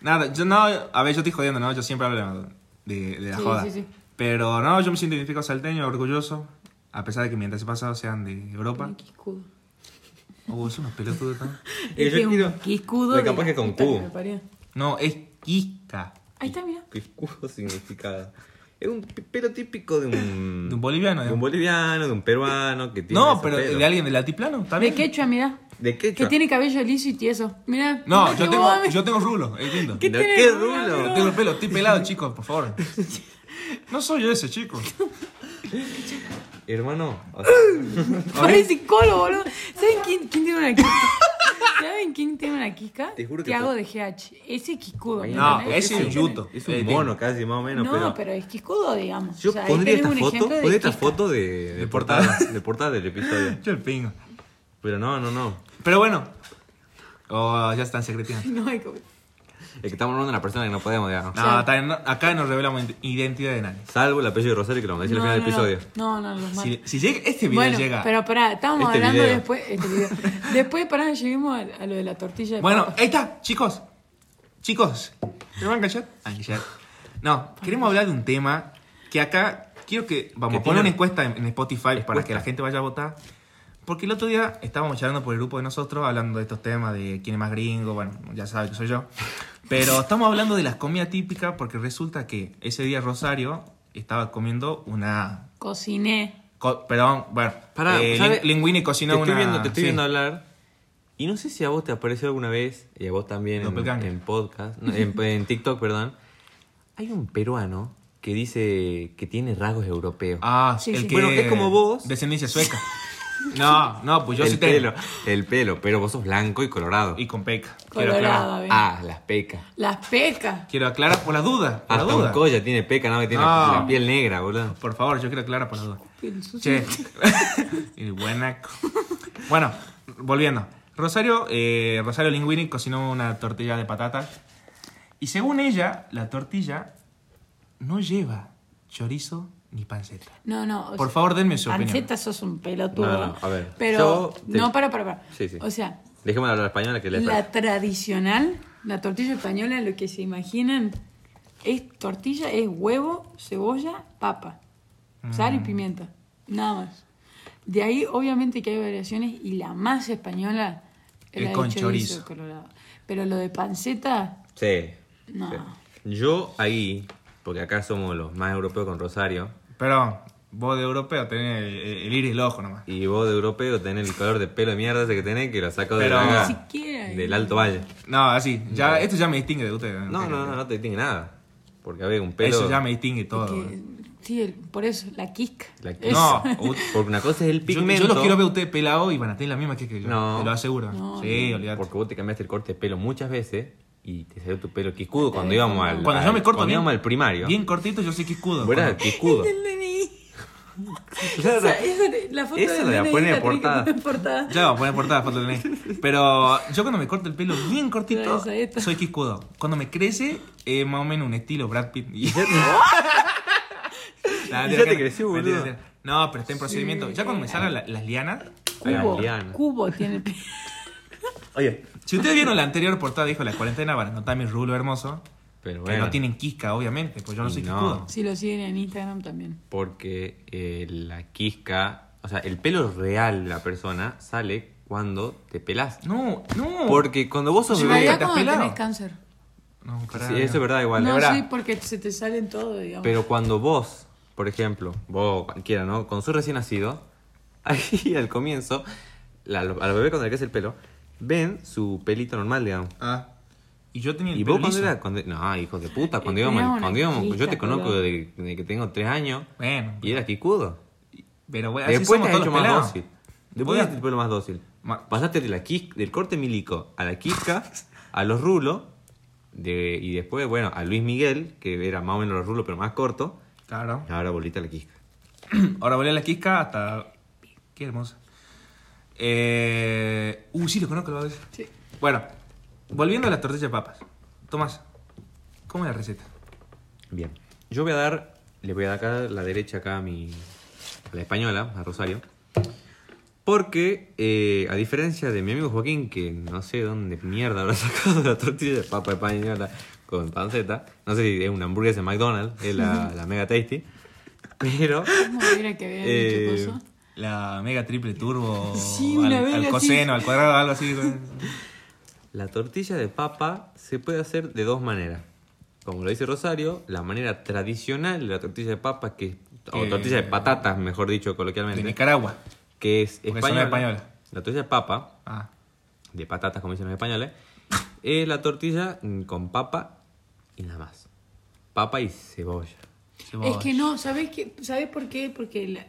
Speaker 2: Nada, yo no. A ver, yo estoy jodiendo, ¿no? Yo siempre hablo de, de la
Speaker 4: Sí,
Speaker 2: joda.
Speaker 4: sí, sí.
Speaker 2: Pero no, yo me siento identificado salteño, orgulloso, a pesar de que mientras he pasado sean de Europa.
Speaker 4: Un quiscudo.
Speaker 2: Oh, es una pelotuda también.
Speaker 3: Eh,
Speaker 4: Es
Speaker 3: yo
Speaker 4: un
Speaker 3: quiero-
Speaker 4: quiscudo.
Speaker 3: Pero
Speaker 4: de
Speaker 3: capaz
Speaker 4: la
Speaker 3: que con
Speaker 4: puta
Speaker 3: Q.
Speaker 4: me parió.
Speaker 2: No, es Ica.
Speaker 4: Ahí está, mira.
Speaker 3: Quiscudo significa. Es un pi- pelo típico de un.
Speaker 2: De un boliviano,
Speaker 3: De
Speaker 2: digamos.
Speaker 3: un boliviano, de un peruano que tiene.
Speaker 2: No,
Speaker 3: ese
Speaker 2: pero
Speaker 3: pelo.
Speaker 2: de alguien del altiplano, ¿está
Speaker 4: De
Speaker 2: bien?
Speaker 4: quechua, mira.
Speaker 3: ¿De qué?
Speaker 4: Que tiene cabello liso y tieso. Mira.
Speaker 2: No,
Speaker 4: Mirá
Speaker 2: yo
Speaker 4: que
Speaker 2: tengo,
Speaker 4: vos-
Speaker 2: yo tengo rulo, es lindo.
Speaker 4: ¿Qué
Speaker 3: ¿De
Speaker 4: tiene
Speaker 3: qué
Speaker 4: el
Speaker 3: rulo?
Speaker 4: rulo?
Speaker 2: Tengo el pelo, estoy pelado, chicos, por favor. No soy ese, chico.
Speaker 3: Hermano, o sea,
Speaker 4: Parece psicólogo, boludo. ¿Saben quién, quién tiene una quisca? ¿Saben quién tiene una quisca?
Speaker 3: Te juro que
Speaker 4: Tiago
Speaker 3: por-
Speaker 4: de GH. Ese quiscudo.
Speaker 2: No,
Speaker 4: ¿entendés?
Speaker 2: ese es un
Speaker 4: Sí,
Speaker 2: yuto.
Speaker 3: es
Speaker 2: Eh,
Speaker 3: un mono casi, más o menos.
Speaker 4: No, pero, es quiscudo, digamos.
Speaker 3: Yo
Speaker 4: O sea, ahí
Speaker 3: pondría
Speaker 4: tenés
Speaker 3: esta
Speaker 4: un
Speaker 3: foto,
Speaker 4: ejemplo de
Speaker 3: pondría esta
Speaker 4: quisca.
Speaker 3: foto de, de
Speaker 2: De
Speaker 3: portada, de portada del episodio.
Speaker 2: Yo el pingo.
Speaker 3: Pero no, no, no.
Speaker 2: Pero bueno. Oh, ya están secreteando.
Speaker 4: No, hay como-
Speaker 3: Es que estamos hablando de una persona que no podemos, digamos.
Speaker 2: No, está bien, no, acá nos revelamos ident- identidad de nadie.
Speaker 3: Salvo el apellido de Rosario que lo mandé al
Speaker 4: no,
Speaker 3: final
Speaker 4: no,
Speaker 3: del episodio.
Speaker 4: No, no, no los mato.
Speaker 2: Si, si llega, este video
Speaker 4: Bueno,
Speaker 2: llega.
Speaker 4: pero pará, estábamos
Speaker 3: Este
Speaker 4: hablando
Speaker 3: video.
Speaker 4: después. Este video. después, pará, lleguemos a, a lo de la tortilla de
Speaker 2: Bueno,
Speaker 4: papa.
Speaker 2: ahí está, chicos. Chicos. ¿Me van a enganchar? Ah, A enganchar. No, queremos hablar de un tema que acá quiero que. Vamos
Speaker 3: Que
Speaker 2: a poner
Speaker 3: tiene-
Speaker 2: una encuesta en, en Spotify para
Speaker 3: Encuesta.
Speaker 2: que la gente vaya a votar. Porque el otro día estábamos charlando por el grupo de nosotros, hablando de estos temas de quién es más gringo, bueno, ya saben que soy yo. Pero estamos hablando de las comidas típicas porque resulta que ese día Rosario estaba comiendo una.
Speaker 4: Cociné.
Speaker 2: co- perdón, bueno,
Speaker 3: Pará,
Speaker 2: eh,
Speaker 3: ¿sabe?
Speaker 2: Lin- Linguini cocinó
Speaker 3: te estoy
Speaker 2: una.
Speaker 3: viendo, te estoy
Speaker 2: sí.
Speaker 3: viendo hablar. Y no sé si a vos te apareció alguna vez, y a vos también en,
Speaker 2: Doppelganger.
Speaker 3: en podcast, no, en, en TikTok, perdón. Hay un peruano que dice que tiene rasgos europeos.
Speaker 2: Ah,
Speaker 4: Sí,
Speaker 2: el
Speaker 4: sí.
Speaker 2: que-
Speaker 3: Bueno, es como vos.
Speaker 2: Descendencia sueca. No, no, pues yo
Speaker 3: el
Speaker 2: sí tengo.
Speaker 3: pelo, el pelo, pero vos sos blanco y colorado.
Speaker 2: Y con peca. Quiero
Speaker 4: Colorado, a
Speaker 2: aclarar.
Speaker 4: ver.
Speaker 3: ah, las pecas.
Speaker 4: Las pecas.
Speaker 2: Quiero aclarar por la duda. Por la
Speaker 3: Hasta un
Speaker 2: duda. Ah.
Speaker 3: colla tiene peca, no, que tiene
Speaker 2: No.
Speaker 3: la piel negra, boludo.
Speaker 2: Por favor, yo quiero aclarar por la duda.
Speaker 4: El sucio.
Speaker 2: Che. y buena. co- Bueno, volviendo. Rosario, eh, Rosario Linguini cocinó una tortilla de patatas. Y según ella, la tortilla no lleva chorizo ni panceta.
Speaker 4: No, no. o
Speaker 2: Por
Speaker 4: sea,
Speaker 2: favor, denme su opinión.
Speaker 4: Panceta sos un pelotudo.
Speaker 3: No, no, a ver,
Speaker 4: Pero,
Speaker 3: yo te-
Speaker 4: no, para, para, para.
Speaker 3: Sí, sí.
Speaker 4: O sea,
Speaker 3: Dejémosle hablar española que le
Speaker 4: la tradicional, la tortilla española, lo que se imaginan es tortilla, es huevo, cebolla, papa, sal y
Speaker 3: Mm.
Speaker 4: pimienta, nada más. De ahí, obviamente, que hay variaciones y la más española es
Speaker 2: Es
Speaker 4: la de
Speaker 2: con chorizo.
Speaker 4: colorado. Pero lo de panceta,
Speaker 3: Sí.
Speaker 4: No.
Speaker 3: Sí. Yo ahí, porque acá somos los más europeos con Rosario,
Speaker 2: Pero vos de europeo tenés el, el iris y el ojo nomás.
Speaker 3: y vos de europeo tenés el color de pelo de mierda ese que tenés que lo saco de
Speaker 2: Pero-
Speaker 3: la-
Speaker 2: Ni
Speaker 4: siquiera.
Speaker 3: del Alto Valle.
Speaker 2: No, así. Ya, Esto ya me distingue de ustedes.
Speaker 3: No, no, no, no te distingue nada. Porque a ver, un pelo.
Speaker 2: Eso ya me distingue todo. ¿eh?
Speaker 4: que- sí, el- por eso, la quisca.
Speaker 3: ¿eh? la-
Speaker 2: No,
Speaker 3: u- porque una cosa es el
Speaker 2: Yo,
Speaker 3: pigmento.
Speaker 2: yo los quiero ver a ustedes pelados y van a tener la misma que, que yo.
Speaker 3: No.
Speaker 2: Te lo aseguro.
Speaker 4: No,
Speaker 2: sí, olvídate.
Speaker 3: Porque vos te cambiaste el corte de pelo muchas veces y te salió tu pelo quiscudo cuando íbamos al.
Speaker 2: Cuando yo
Speaker 3: al-
Speaker 2: me corto
Speaker 3: Cuando
Speaker 2: bien-
Speaker 3: íbamos al primario.
Speaker 2: Bien cortito, yo sé que escudo.
Speaker 3: Vos eras quiscudo.
Speaker 4: El DNI.
Speaker 3: Claro.
Speaker 4: Esa- esa- la foto
Speaker 3: Esa
Speaker 4: del
Speaker 3: la
Speaker 4: DNI
Speaker 3: pone de
Speaker 4: tenés que
Speaker 3: portada.
Speaker 4: poner en portada.
Speaker 2: Ya, voy a poner portada foto del DNI. Pero yo cuando me corto el pelo bien
Speaker 4: Claro,
Speaker 2: cortito,
Speaker 4: esa, esta.
Speaker 2: soy quiscudo. Cuando me crece, es más o menos un estilo Brad Pitt. Y Nah,
Speaker 3: Y
Speaker 2: mentira,
Speaker 3: ya te
Speaker 2: mentira,
Speaker 3: creció, boludo.
Speaker 2: mentira, mentira. No, pero está en procedimiento. Ya cuando me salgan la- las lianas.
Speaker 3: Ay,
Speaker 4: Cubo,
Speaker 3: Adriana.
Speaker 4: cubo tiene el pelo.
Speaker 3: Oye.
Speaker 2: Si ustedes vieron la anterior portada, dijo la cuarentena, van a notar mi rulo hermoso.
Speaker 3: Pero
Speaker 2: Que
Speaker 3: bueno.
Speaker 2: no tienen quisca, obviamente, pues yo no
Speaker 3: Y
Speaker 2: soy
Speaker 3: no.
Speaker 2: quiscudo.
Speaker 4: Si lo siguen en Instagram también.
Speaker 3: Porque eh, la quisca, o sea, el pelo real de la persona sale cuando te pelás.
Speaker 2: No, no.
Speaker 3: Porque cuando vos sos
Speaker 2: Sí,
Speaker 4: En
Speaker 2: Pero
Speaker 3: bebé,
Speaker 2: ya
Speaker 4: realidad
Speaker 2: te has
Speaker 4: cuando
Speaker 2: pelado.
Speaker 4: tenés cáncer.
Speaker 2: No, pará,
Speaker 3: sí, eso es
Speaker 2: no.
Speaker 3: verdad igual,
Speaker 4: no,
Speaker 3: es verdad.
Speaker 4: sí, porque se te salen todo, digamos.
Speaker 3: Pero cuando vos, por ejemplo, vos o cualquiera, ¿no? Con su recién nacido, ahí al comienzo, la- al bebé cuando le crece el pelo, ven su pelito normal, digamos.
Speaker 2: Ah. Y yo tenía el
Speaker 3: Y
Speaker 2: pelo
Speaker 3: vos cuando
Speaker 2: liso.
Speaker 3: eras, cuando- no, hijos de puta, cuando
Speaker 4: Eh,
Speaker 3: íbamos,
Speaker 4: teníamos
Speaker 3: cuando
Speaker 4: una
Speaker 3: íbamos, yo
Speaker 4: quisca,
Speaker 3: te conozco
Speaker 4: boludo.
Speaker 3: desde desde que tengo tres años
Speaker 2: Bueno,
Speaker 3: y eras quicudo.
Speaker 2: pero bueno, así
Speaker 3: Después
Speaker 2: somos
Speaker 3: te has
Speaker 2: todos
Speaker 3: hecho
Speaker 2: los
Speaker 3: más
Speaker 2: pelados.
Speaker 3: dócil.
Speaker 2: Voy a-
Speaker 3: Después te has hecho el pelo más dócil.
Speaker 2: Ma-
Speaker 3: Pasaste de la quis- del corte milico a la quisca, a los rulos, de, y después, bueno, a Luis Miguel, que era más o menos los rulos, pero más corto,
Speaker 2: Claro.
Speaker 3: y ahora bolita la quisca.
Speaker 2: Ahora volé a la quisca hasta. Qué hermosa. Eh... Uh, sí, lo conozco, lo voy a decir.
Speaker 4: Sí.
Speaker 2: Bueno, volviendo a la tortilla de papas. Tomás, ¿cómo es la receta?
Speaker 3: Bien. Yo voy a dar, le voy a dar acá la derecha acá a mi, a la española, a Rosario. Porque, eh, a diferencia de mi amigo Joaquín, que no sé dónde mierda habrá sacado la tortilla de papa española con panceta, no sé si es una hamburguesa de McDonald's, es la, la mega tasty, Pero.
Speaker 4: Mira que había
Speaker 3: Eh,
Speaker 4: dicho cosa.
Speaker 2: La mega triple turbo.
Speaker 4: Sí,
Speaker 2: al,
Speaker 4: una
Speaker 2: al
Speaker 4: vez así.
Speaker 2: coseno, al cuadrado, algo así.
Speaker 3: La tortilla de papa se puede hacer de dos maneras. Como lo dice Rosario, la manera tradicional de la tortilla de papa, que, o
Speaker 2: Que-
Speaker 3: tortilla de patatas, mejor dicho
Speaker 2: De
Speaker 3: coloquialmente,
Speaker 2: Nicaragua.
Speaker 3: que es
Speaker 2: Porque
Speaker 3: española.
Speaker 2: son españolas.
Speaker 3: La tortilla de papa,
Speaker 2: Ah,
Speaker 3: de patatas como dicen los españoles, es la tortilla mm, con papa y nada más. Papa y cebolla.
Speaker 4: Es que no, ¿sabes, qué? ¿sabes por qué? Porque la,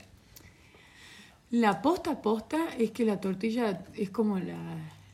Speaker 4: la posta a posta es que la tortilla es como la,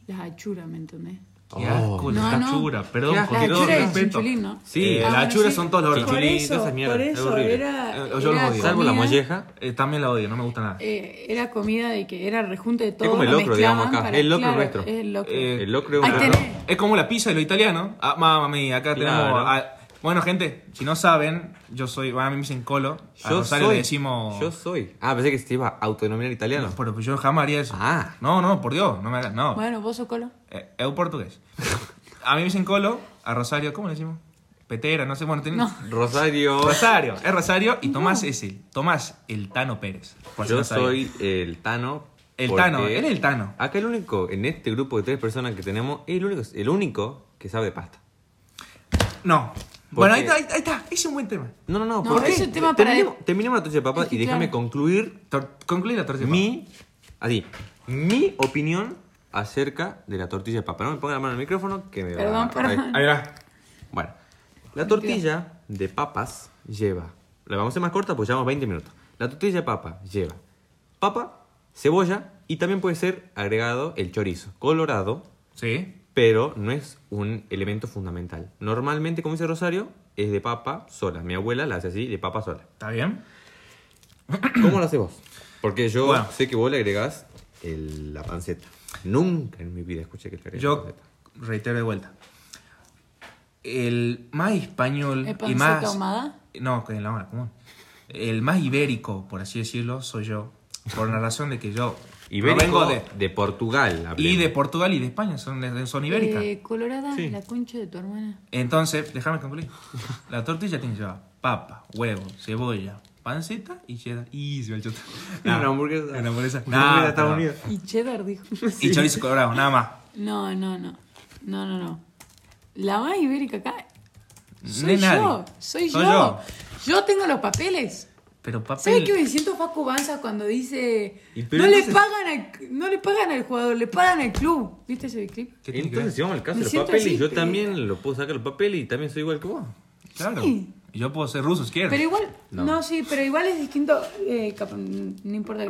Speaker 4: la achura, ¿me entendés?
Speaker 2: Qué asco,
Speaker 4: No,
Speaker 2: la
Speaker 4: no.
Speaker 2: achura. Perdón, por
Speaker 3: Qué asco.
Speaker 4: La
Speaker 3: Porque
Speaker 2: todo
Speaker 4: achura es
Speaker 2: respeto.
Speaker 4: chinchulín, ¿no?
Speaker 3: Sí,
Speaker 2: Eh,
Speaker 3: Ah,
Speaker 2: la
Speaker 4: bueno,
Speaker 2: achura
Speaker 4: sí.
Speaker 2: son todos los
Speaker 4: Por
Speaker 2: chinchulín,
Speaker 4: eso,
Speaker 3: toda esa mierda,
Speaker 4: por
Speaker 3: es
Speaker 4: eso
Speaker 3: horrible.
Speaker 4: era,
Speaker 2: Eh, yo lo
Speaker 4: era
Speaker 2: odio.
Speaker 3: Salvo la
Speaker 4: comida-
Speaker 3: molleja,
Speaker 2: Eh, también la odio, no me gusta nada.
Speaker 4: eh, era comida de que era rejunte de todo.
Speaker 3: como el
Speaker 4: lo
Speaker 3: locro, digamos,
Speaker 4: mezclaban
Speaker 3: acá.
Speaker 4: para-
Speaker 3: El locro
Speaker 4: claro,
Speaker 3: nuestro.
Speaker 4: es el locro.
Speaker 2: Eh,
Speaker 3: el locro es
Speaker 4: Ahí
Speaker 3: una-
Speaker 4: tenés.
Speaker 2: Es como la pizza de los italianos. Ah, mamma mía, acá tenemos.
Speaker 3: Claro.
Speaker 2: a- bueno, gente, si no saben, yo soy. Bueno, a mí me dicen colo. A
Speaker 3: Yo
Speaker 2: Rosario
Speaker 3: soy.
Speaker 2: le decimos.
Speaker 3: Yo soy. Ah, pensé que se iba a autodenominar italiano.
Speaker 2: Pero pues, yo jamás haría eso.
Speaker 3: Ah.
Speaker 2: No, no, por Dios, no me hagas. No.
Speaker 4: Bueno, vos sos colo.
Speaker 2: Eh, eu portugués. A mí me dicen colo, a Rosario, ¿cómo le decimos? Petera, no sé, bueno, tiene-
Speaker 4: No.
Speaker 3: Rosario.
Speaker 2: Rosario, es Rosario y Tomás es el. Tomás, el Tano Pérez. por si
Speaker 3: Yo
Speaker 2: no sabía.
Speaker 3: soy el Tano.
Speaker 2: El
Speaker 3: porque
Speaker 2: Tano, él es el Tano.
Speaker 3: Acá el único, en este grupo de tres personas que tenemos, es el único, el único que sabe de pasta.
Speaker 2: No.
Speaker 3: ¿Por
Speaker 2: Bueno, ahí
Speaker 3: qué?
Speaker 2: está, ahí, ahí está, ese es un buen tema.
Speaker 3: No, no, no.
Speaker 4: No,
Speaker 3: ¿por qué?
Speaker 4: ese es tema para-
Speaker 3: terminemos, terminemos la tortilla de papa
Speaker 4: Es que
Speaker 3: y déjame
Speaker 4: claro.
Speaker 3: concluir
Speaker 2: Tor- concluí la tortilla. de papa.
Speaker 3: mi, así, mi opinión acerca de la tortilla de papa. No me ponga la mano en el micrófono que me va-
Speaker 4: Perdón, perdón.
Speaker 3: Ahí- ahí va. Bueno, la tortilla de papas lleva. La vamos a hacer más corta porque llevamos 20 minutos. La tortilla de papa lleva papa, cebolla y también puede ser agregado el chorizo colorado,
Speaker 2: Sí.
Speaker 3: pero no es un elemento fundamental. Normalmente, como dice Rosario, es de papa sola. Mi abuela la hace así, de papa sola.
Speaker 2: ¿Está bien?
Speaker 3: ¿Cómo lo haces vos? Porque yo
Speaker 2: Bueno.
Speaker 3: sé que vos le agregás el- la panceta. Nunca en mi vida escuché que le agregás la
Speaker 2: Yo
Speaker 3: panceta.
Speaker 2: reitero de vuelta. El más español
Speaker 4: ¿Es
Speaker 2: y
Speaker 4: panceta
Speaker 2: más.
Speaker 4: ahumada?
Speaker 2: No, que en la hora común. El más ibérico, por así decirlo, soy yo. Por la razón de que yo.
Speaker 3: Ibérico
Speaker 2: no vengo
Speaker 3: de,
Speaker 2: de.
Speaker 3: Portugal.
Speaker 2: Y
Speaker 3: hablemos.
Speaker 2: de Portugal y de España, son, de- son ibéricas.
Speaker 4: Eh, colorada
Speaker 3: Sí.
Speaker 4: la concha de tu hermana.
Speaker 2: Entonces, déjame concluir. La tortilla tiene que llevar papa, huevo, cebolla, panceta y cheddar. Y se va el choto.
Speaker 3: Y una hamburguesa.
Speaker 2: Una hamburguesa.
Speaker 3: Una
Speaker 2: No,
Speaker 3: hamburguesa de
Speaker 2: pero-
Speaker 3: Estados Unidos.
Speaker 4: Y cheddar dijo.
Speaker 2: Y chorizo colorado, nada más.
Speaker 4: No, no, no. No, no, no. La más ibérica acá. Soy
Speaker 2: Ni nadie.
Speaker 4: yo. Soy,
Speaker 2: Soy yo.
Speaker 4: yo. Yo tengo los papeles.
Speaker 2: Pero papel.
Speaker 4: ¿Sabes qué me siento Facu Banza cuando dice
Speaker 3: Y pero
Speaker 4: no le,
Speaker 3: entonces-
Speaker 4: pagan al, no le pagan al jugador, le pagan al club? ¿Viste ese clip?
Speaker 2: ¿Qué tiene que
Speaker 3: Entonces, si
Speaker 2: ver?
Speaker 3: vamos al caso
Speaker 4: Me
Speaker 3: de los
Speaker 4: siento
Speaker 3: papeles,
Speaker 4: así,
Speaker 3: yo
Speaker 4: pero-
Speaker 3: también lo puedo sacar los papeles y también soy igual que vos.
Speaker 2: Claro.
Speaker 4: Sí.
Speaker 2: Yo puedo ser ruso si quiero.
Speaker 4: Pero igual,
Speaker 3: No.
Speaker 4: no. sí, pero igual es distinto, eh, cap- no importa,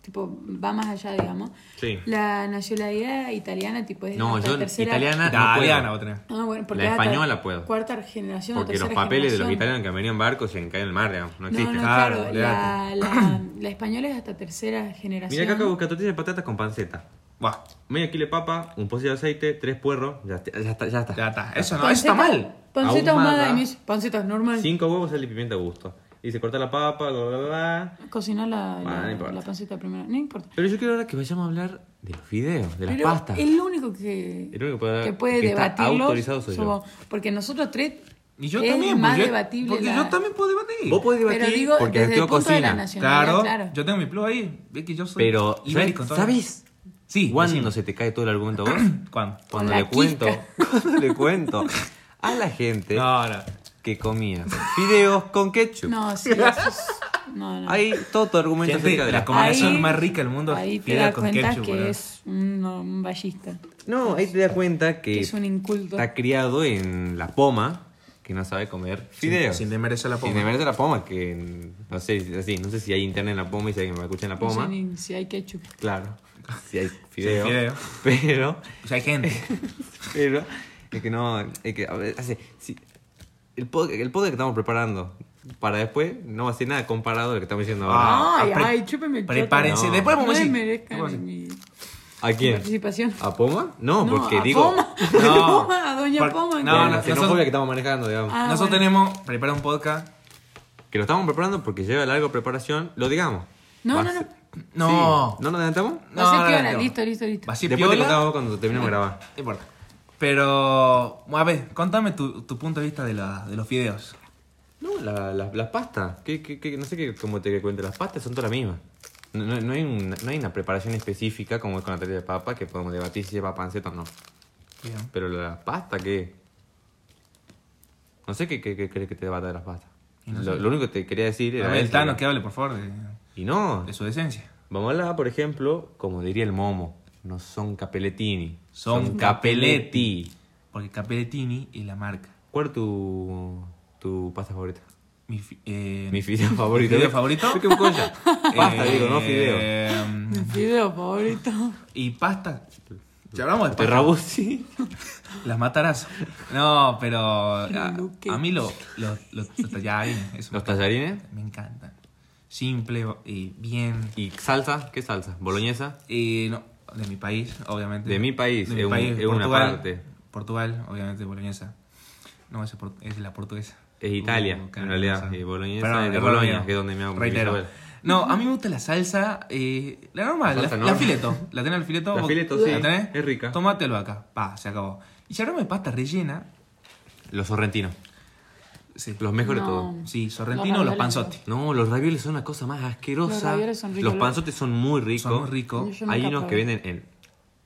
Speaker 4: tipo, va más allá, digamos.
Speaker 3: Sí.
Speaker 4: La nacionalidad italiana, tipo, es
Speaker 3: No,
Speaker 4: hasta
Speaker 3: yo
Speaker 4: tercera-
Speaker 3: italiana no
Speaker 2: Italiana
Speaker 3: puedo.
Speaker 2: voy a tener.
Speaker 4: Ah, bueno, porque
Speaker 3: La
Speaker 4: es hasta
Speaker 3: española puedo.
Speaker 4: Cuarta generación o
Speaker 3: Porque los
Speaker 4: tercera
Speaker 3: papeles de los
Speaker 4: generación.
Speaker 3: italianos que han venido en barco se caen en el mar, digamos. No
Speaker 4: No,
Speaker 3: existen. Ah,
Speaker 4: no,
Speaker 2: Claro,
Speaker 4: claro. La,
Speaker 2: olvídate.
Speaker 4: la- la española es hasta tercera generación.
Speaker 3: Mira acá acá busca tortilla de patatas con panceta.
Speaker 2: Buah,
Speaker 3: Medio kilo de papa, un pocillo de aceite, tres puerros, ya, está- ya está, ya está.
Speaker 2: ya está. Eso no, eso está mal.
Speaker 4: Panceta ahumada.
Speaker 3: Ahumada.
Speaker 4: y me dice, panceta es normal.
Speaker 3: Cinco huevos, sal y pimienta a gusto. Y se corta la papa, bla, bla, bla.
Speaker 4: Cocinar la,
Speaker 3: Bueno,
Speaker 4: la-
Speaker 3: no importa.
Speaker 4: la panceta primero. No importa.
Speaker 3: Pero yo quiero ahora que vayamos a hablar de los videos, de las
Speaker 4: Pero
Speaker 3: pastas.
Speaker 4: el único que,
Speaker 3: El único que puede-
Speaker 4: que puede
Speaker 3: que está
Speaker 4: debatirlo
Speaker 3: autorizado soy yo.
Speaker 4: somos- Porque nosotros tres
Speaker 2: Y yo
Speaker 4: es
Speaker 2: también.
Speaker 4: más
Speaker 2: porque yo-
Speaker 4: debatible.
Speaker 2: Porque
Speaker 4: la-
Speaker 2: yo también puedo debatir.
Speaker 3: Vos podés debatir
Speaker 4: Pero digo,
Speaker 3: porque
Speaker 4: desde
Speaker 3: Teo
Speaker 4: el punto de la
Speaker 3: cocina.
Speaker 4: nacionalidad,
Speaker 2: Claro,
Speaker 4: claro.
Speaker 2: yo tengo mi plus ahí. Ve que yo soy.
Speaker 3: Pero, ¿sabes-
Speaker 2: ibérico, entonces-
Speaker 3: ¿sabes?
Speaker 2: Sí.
Speaker 3: ¿Cuándo
Speaker 2: decime.
Speaker 3: se te cae todo el argumento a vos?
Speaker 2: ¿Cuándo?
Speaker 4: Con
Speaker 3: Cuando
Speaker 4: la
Speaker 3: le cuento,
Speaker 4: quisca.
Speaker 3: cuando le cuento a la gente
Speaker 2: No, no.
Speaker 3: que comía fideos con ketchup.
Speaker 4: No, sí, eso es- no, no.
Speaker 3: Hay todo tu argumento
Speaker 2: Gente,
Speaker 3: acerca de
Speaker 2: la
Speaker 3: las
Speaker 2: comida- combinación
Speaker 4: Ahí-
Speaker 2: más rica del mundo,
Speaker 4: Ahí te
Speaker 2: fideo
Speaker 4: das
Speaker 2: con
Speaker 4: cuenta
Speaker 2: ketchup,
Speaker 4: que
Speaker 2: boludo.
Speaker 4: es un, un ballista.
Speaker 3: No, ahí te das cuenta que
Speaker 4: Es un inculto.
Speaker 3: está criado en la poma que no sabe comer fideos.
Speaker 2: sin desmerecer la poma.
Speaker 3: Sin desmerecer la poma, que no sé, así, no sé si hay internet en la poma y si alguien me escucha en la
Speaker 4: No sé
Speaker 3: poma.
Speaker 4: ni si hay ketchup.
Speaker 3: Claro, si hay fideos.
Speaker 2: fideo.
Speaker 3: Pero,
Speaker 2: O sea, hay gente.
Speaker 3: pero, es que no, es que, a ver, hace, si- el, pod- el podcast que estamos preparando para después no va a ser nada comparado a lo que estamos diciendo ahora.
Speaker 2: Ah,
Speaker 4: ay,
Speaker 2: pre-
Speaker 4: ay, chúpeme el choto.
Speaker 2: Prepárense.
Speaker 3: No.
Speaker 2: Después
Speaker 4: No
Speaker 2: vamos a
Speaker 4: me
Speaker 2: decir. Vamos Ah, a
Speaker 4: merezcan
Speaker 2: decir.
Speaker 4: mi
Speaker 3: ¿A quién?
Speaker 4: participación.
Speaker 3: ¿A Poma? No,
Speaker 4: No,
Speaker 3: porque
Speaker 4: a
Speaker 3: digo.
Speaker 4: Poma.
Speaker 2: No.
Speaker 4: Poma, a Doña
Speaker 2: Por- No,
Speaker 4: Poma.
Speaker 3: No,
Speaker 2: no,
Speaker 3: la xenofobia
Speaker 2: nosotros-
Speaker 3: que estamos manejando, digamos.
Speaker 4: Ah,
Speaker 2: Nosotros
Speaker 4: bueno.
Speaker 2: tenemos preparado un podcast.
Speaker 3: Que lo estamos preparando porque lleva largo preparación, lo digamos.
Speaker 4: No,
Speaker 3: Va a
Speaker 4: no, no.
Speaker 3: ser-
Speaker 2: No.
Speaker 3: Sí. ¿No nos adelantamos?
Speaker 4: Va a ser
Speaker 2: no,
Speaker 4: piola,
Speaker 2: no, no.
Speaker 4: listo, listo, listo.
Speaker 2: Va a ser
Speaker 3: Después te
Speaker 2: piola.
Speaker 3: contamos cuando terminemos de grabar.
Speaker 2: No importa. Pero, a ver, contame tu, tu punto de vista de, la- de los fideos.
Speaker 3: No, No, la- la- las pastas. ¿Qué, qué- qué- no sé qué, cómo te cuento. Las pastas son todas las mismas. No, no- no hay una, no hay una preparación específica como es con la tarea de papa que podemos debatir si lleva panceta o no.
Speaker 2: Bien.
Speaker 3: Pero la pasta, ¿qué? No sé qué, qué, qué crees que te debata de las pastas.
Speaker 2: Y no
Speaker 3: lo,
Speaker 2: sé.
Speaker 3: lo único que te quería decir
Speaker 2: A
Speaker 3: era.
Speaker 2: ver, el
Speaker 3: eso.
Speaker 2: Tano, que hable, por favor, de,
Speaker 3: Y no.
Speaker 2: de su decencia.
Speaker 3: Vamos a hablar, por ejemplo, como diría el momo. No son capelletini.
Speaker 2: Son
Speaker 3: capelletti.
Speaker 2: Porque Capelletini es la marca.
Speaker 3: ¿Cuál es tu, tu pasta favorita?
Speaker 2: Mi, fi- eh,
Speaker 3: Mi fideo favorito.
Speaker 2: fideo favorito?
Speaker 3: ¿Qué cosa? Pasta,
Speaker 2: eh,
Speaker 3: digo, no fideo.
Speaker 2: eh,
Speaker 4: Video favorito.
Speaker 2: Y pasta. Ya hablamos de pasta.
Speaker 3: Terrabusi.
Speaker 2: Las matarás. No, pero a,
Speaker 4: Luque.
Speaker 2: a mí lo, lo- lo- los tallarines, eso
Speaker 3: Los tallarines.
Speaker 2: me encantan. Simple y bien.
Speaker 3: ¿Y salsa? ¿Qué salsa? ¿Boloñesa?
Speaker 2: Y no, de mi país, obviamente.
Speaker 3: De mi país, es un- es una parte.
Speaker 2: Portugal, obviamente, boloñesa. No, esa por- es la portuguesa. Uh,
Speaker 3: Es Italia, en
Speaker 2: caramba,
Speaker 3: realidad,
Speaker 2: esa.
Speaker 3: y boloñesa
Speaker 2: Perdón,
Speaker 3: es de
Speaker 2: error
Speaker 3: Boloña,
Speaker 2: mío.
Speaker 3: que es donde me hago mi
Speaker 2: Reitero.
Speaker 3: bisabuela.
Speaker 2: No, a mí me gusta la salsa, eh, la normal, la,
Speaker 3: La salsa
Speaker 2: la
Speaker 3: normal.
Speaker 2: fileto. ¿La tenés al fileto?
Speaker 3: La
Speaker 2: ¿Vos-
Speaker 3: fileto, sí,
Speaker 2: ¿La tenés?
Speaker 3: es rica.
Speaker 2: Tómatelo acá, pa, se acabó. Y si hablamos de pasta rellena,
Speaker 3: Los sorrentinos.
Speaker 2: sí.
Speaker 3: Los mejores de
Speaker 4: No.
Speaker 3: todos.
Speaker 2: Sí, sorrentino
Speaker 4: Los
Speaker 2: o los
Speaker 4: ravioles.
Speaker 2: panzotti.
Speaker 3: No, los ravioles son una cosa más asquerosa.
Speaker 4: Los ravioles son ricos,
Speaker 3: Los
Speaker 4: los-
Speaker 3: panzotes son muy ricos.
Speaker 2: Son muy ricos.
Speaker 4: Yo
Speaker 3: Hay
Speaker 4: nunca
Speaker 3: unos que
Speaker 4: probé.
Speaker 3: venden en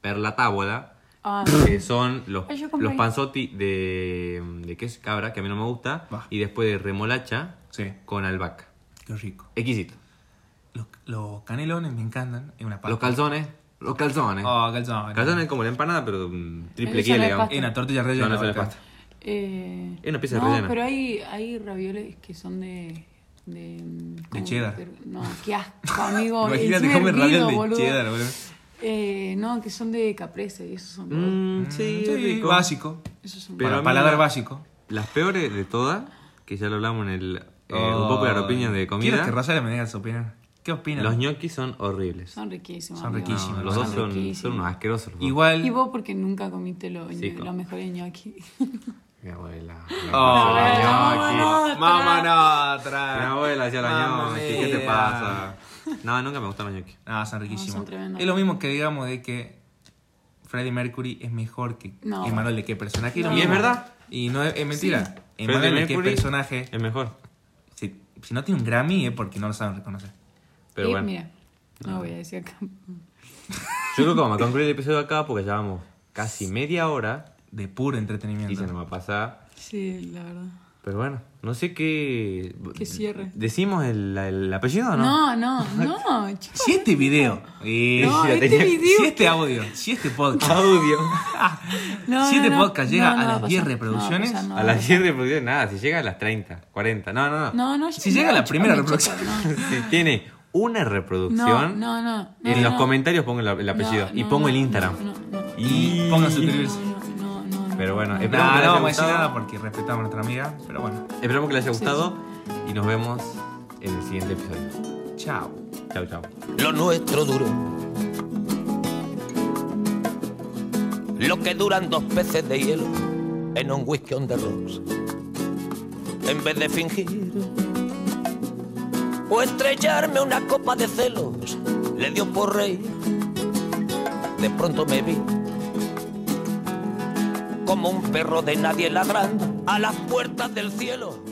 Speaker 3: Perla Tábola,
Speaker 4: Ah,
Speaker 3: que son los,
Speaker 4: Ay, yo compré.
Speaker 3: los panzotti de, de queso cabra, que a mí no me gusta,
Speaker 2: Bah.
Speaker 3: y después de remolacha
Speaker 2: Sí,
Speaker 3: con albahaca.
Speaker 2: qué rico.
Speaker 3: Exquisito.
Speaker 2: Los, los canelones me encantan. Es una pasta.
Speaker 3: Los calzones, los calzones.
Speaker 2: Oh, calzones.
Speaker 3: Calzones es como la empanada, pero mm, triple quiere,
Speaker 4: Eso no es
Speaker 3: digamos.
Speaker 4: pasta.
Speaker 2: Es una tortilla
Speaker 3: No,
Speaker 2: rellena.
Speaker 3: no eso no es
Speaker 2: acá.
Speaker 3: pasta.
Speaker 4: eh,
Speaker 3: Es una pieza de
Speaker 4: no,
Speaker 3: rellena.
Speaker 4: pero hay, hay ravioles que son de... De, mm, ¿cómo?
Speaker 2: cheddar.
Speaker 4: Pero- No, qué asco, amigo.
Speaker 2: Imagínate
Speaker 4: Encima
Speaker 2: comer
Speaker 4: hervido,
Speaker 2: raviol de
Speaker 4: boludo.
Speaker 2: cheddar, boludo.
Speaker 4: Eh, no, que son de caprese y esos son...
Speaker 3: Mm, sí,
Speaker 2: Sí,
Speaker 3: rico.
Speaker 2: básico.
Speaker 4: Esos son
Speaker 3: Pero a
Speaker 2: para
Speaker 3: mí
Speaker 2: paladar
Speaker 3: la-
Speaker 2: básico.
Speaker 3: Las peores de todas, que ya lo hablamos en el eh, un
Speaker 2: Oh,
Speaker 3: poco de la opinión de
Speaker 2: Quiero que
Speaker 3: comida.
Speaker 2: Rosario me diga su opinión. ¿Qué opinan?
Speaker 3: Los ñoquis son horribles.
Speaker 4: son riquísimos.
Speaker 2: Son
Speaker 4: amigo.
Speaker 2: riquísimos,
Speaker 3: No, los dos son,
Speaker 4: riquísimos.
Speaker 3: son unos asquerosos. los dos.
Speaker 2: Igual.
Speaker 4: Y vos porque nunca comiste lo,
Speaker 3: Sí,
Speaker 4: lo
Speaker 3: como-
Speaker 4: mejor de ñoqui.
Speaker 3: Mi abuela.
Speaker 2: Oh,
Speaker 3: Mi abuela,
Speaker 4: Mamá
Speaker 3: ñoqui.
Speaker 4: no,
Speaker 2: Mamá no,
Speaker 3: Mi
Speaker 2: atrás.
Speaker 3: abuela hacía los
Speaker 2: Mamma
Speaker 3: ñoquis. ¿Qué
Speaker 2: mia.
Speaker 3: te pasa? No, nunca me gustaron los ñoquis.
Speaker 2: No, son riquísimos.
Speaker 4: son tremendos.
Speaker 2: es lo mismo que digamos de que Freddie Mercury es mejor que
Speaker 4: No.
Speaker 2: Emanuel de qué personaje.
Speaker 4: No.
Speaker 2: lo
Speaker 4: Y es
Speaker 2: mismo.
Speaker 3: verdad.
Speaker 2: Y no es, es mentira.
Speaker 3: Freddie
Speaker 2: Emanuel de qué
Speaker 3: Mercury
Speaker 2: personaje.
Speaker 3: Es mejor.
Speaker 2: Si, si no tiene un Grammy es porque no lo saben reconocer.
Speaker 3: Pero
Speaker 4: Y
Speaker 3: bueno.
Speaker 4: Mira, no voy a decir acá.
Speaker 3: Yo creo que vamos a concluir el episodio acá porque llevamos casi media hora
Speaker 2: De puro entretenimiento.
Speaker 3: y se nos va a pasar.
Speaker 4: Sí, la verdad.
Speaker 3: Pero bueno, no sé qué.
Speaker 4: Que cierre.
Speaker 3: ¿Decimos el, el apellido o no?
Speaker 4: No, no, no, chicos.
Speaker 2: Si este video. eh,
Speaker 4: No,
Speaker 3: sí, la
Speaker 4: este
Speaker 3: tenía-
Speaker 4: video.
Speaker 2: si este audio. Si este podcast.
Speaker 3: Audio.
Speaker 4: No,
Speaker 2: si este
Speaker 4: no, no.
Speaker 2: podcast llega
Speaker 4: No, no
Speaker 2: a
Speaker 4: va
Speaker 2: las
Speaker 4: pasar.
Speaker 2: 10
Speaker 4: No va
Speaker 2: reproducciones.
Speaker 4: pasar, no va
Speaker 3: a las
Speaker 4: pasar.
Speaker 3: 10 reproducciones, nada, si llega a las 30, 40. No, no, no.
Speaker 4: No, no.
Speaker 2: Si llega la
Speaker 4: chicos,
Speaker 2: primera
Speaker 4: me
Speaker 2: reproducción.
Speaker 4: choca,
Speaker 3: Si tiene una
Speaker 4: No,
Speaker 3: reproducción,
Speaker 4: no, no. no,
Speaker 3: en los
Speaker 4: no.
Speaker 3: comentarios pongo el, el apellido
Speaker 4: No,
Speaker 3: y
Speaker 4: no,
Speaker 3: pongo
Speaker 4: no,
Speaker 3: el Instagram.
Speaker 4: No, no, no.
Speaker 2: Y pongan suscribirse.
Speaker 4: No, no, no, no,
Speaker 3: Pero bueno,
Speaker 4: no,
Speaker 3: es
Speaker 4: no.
Speaker 3: verdad.
Speaker 2: No, no
Speaker 3: que les haya
Speaker 2: vamos a decir
Speaker 3: gustado.
Speaker 2: nada porque respetamos a nuestra amiga. Pero bueno,
Speaker 3: Esperamos que les haya gustado y nos vemos en el siguiente episodio.
Speaker 2: chao.
Speaker 3: Chao, chao.
Speaker 5: lo nuestro duro. Lo que duran dos peces de hielo en un whisky on the rocks. En vez de fingir o estrellarme una copa de celos, le dio por rey. De pronto me vi como un perro de nadie ladrando a las puertas del cielo.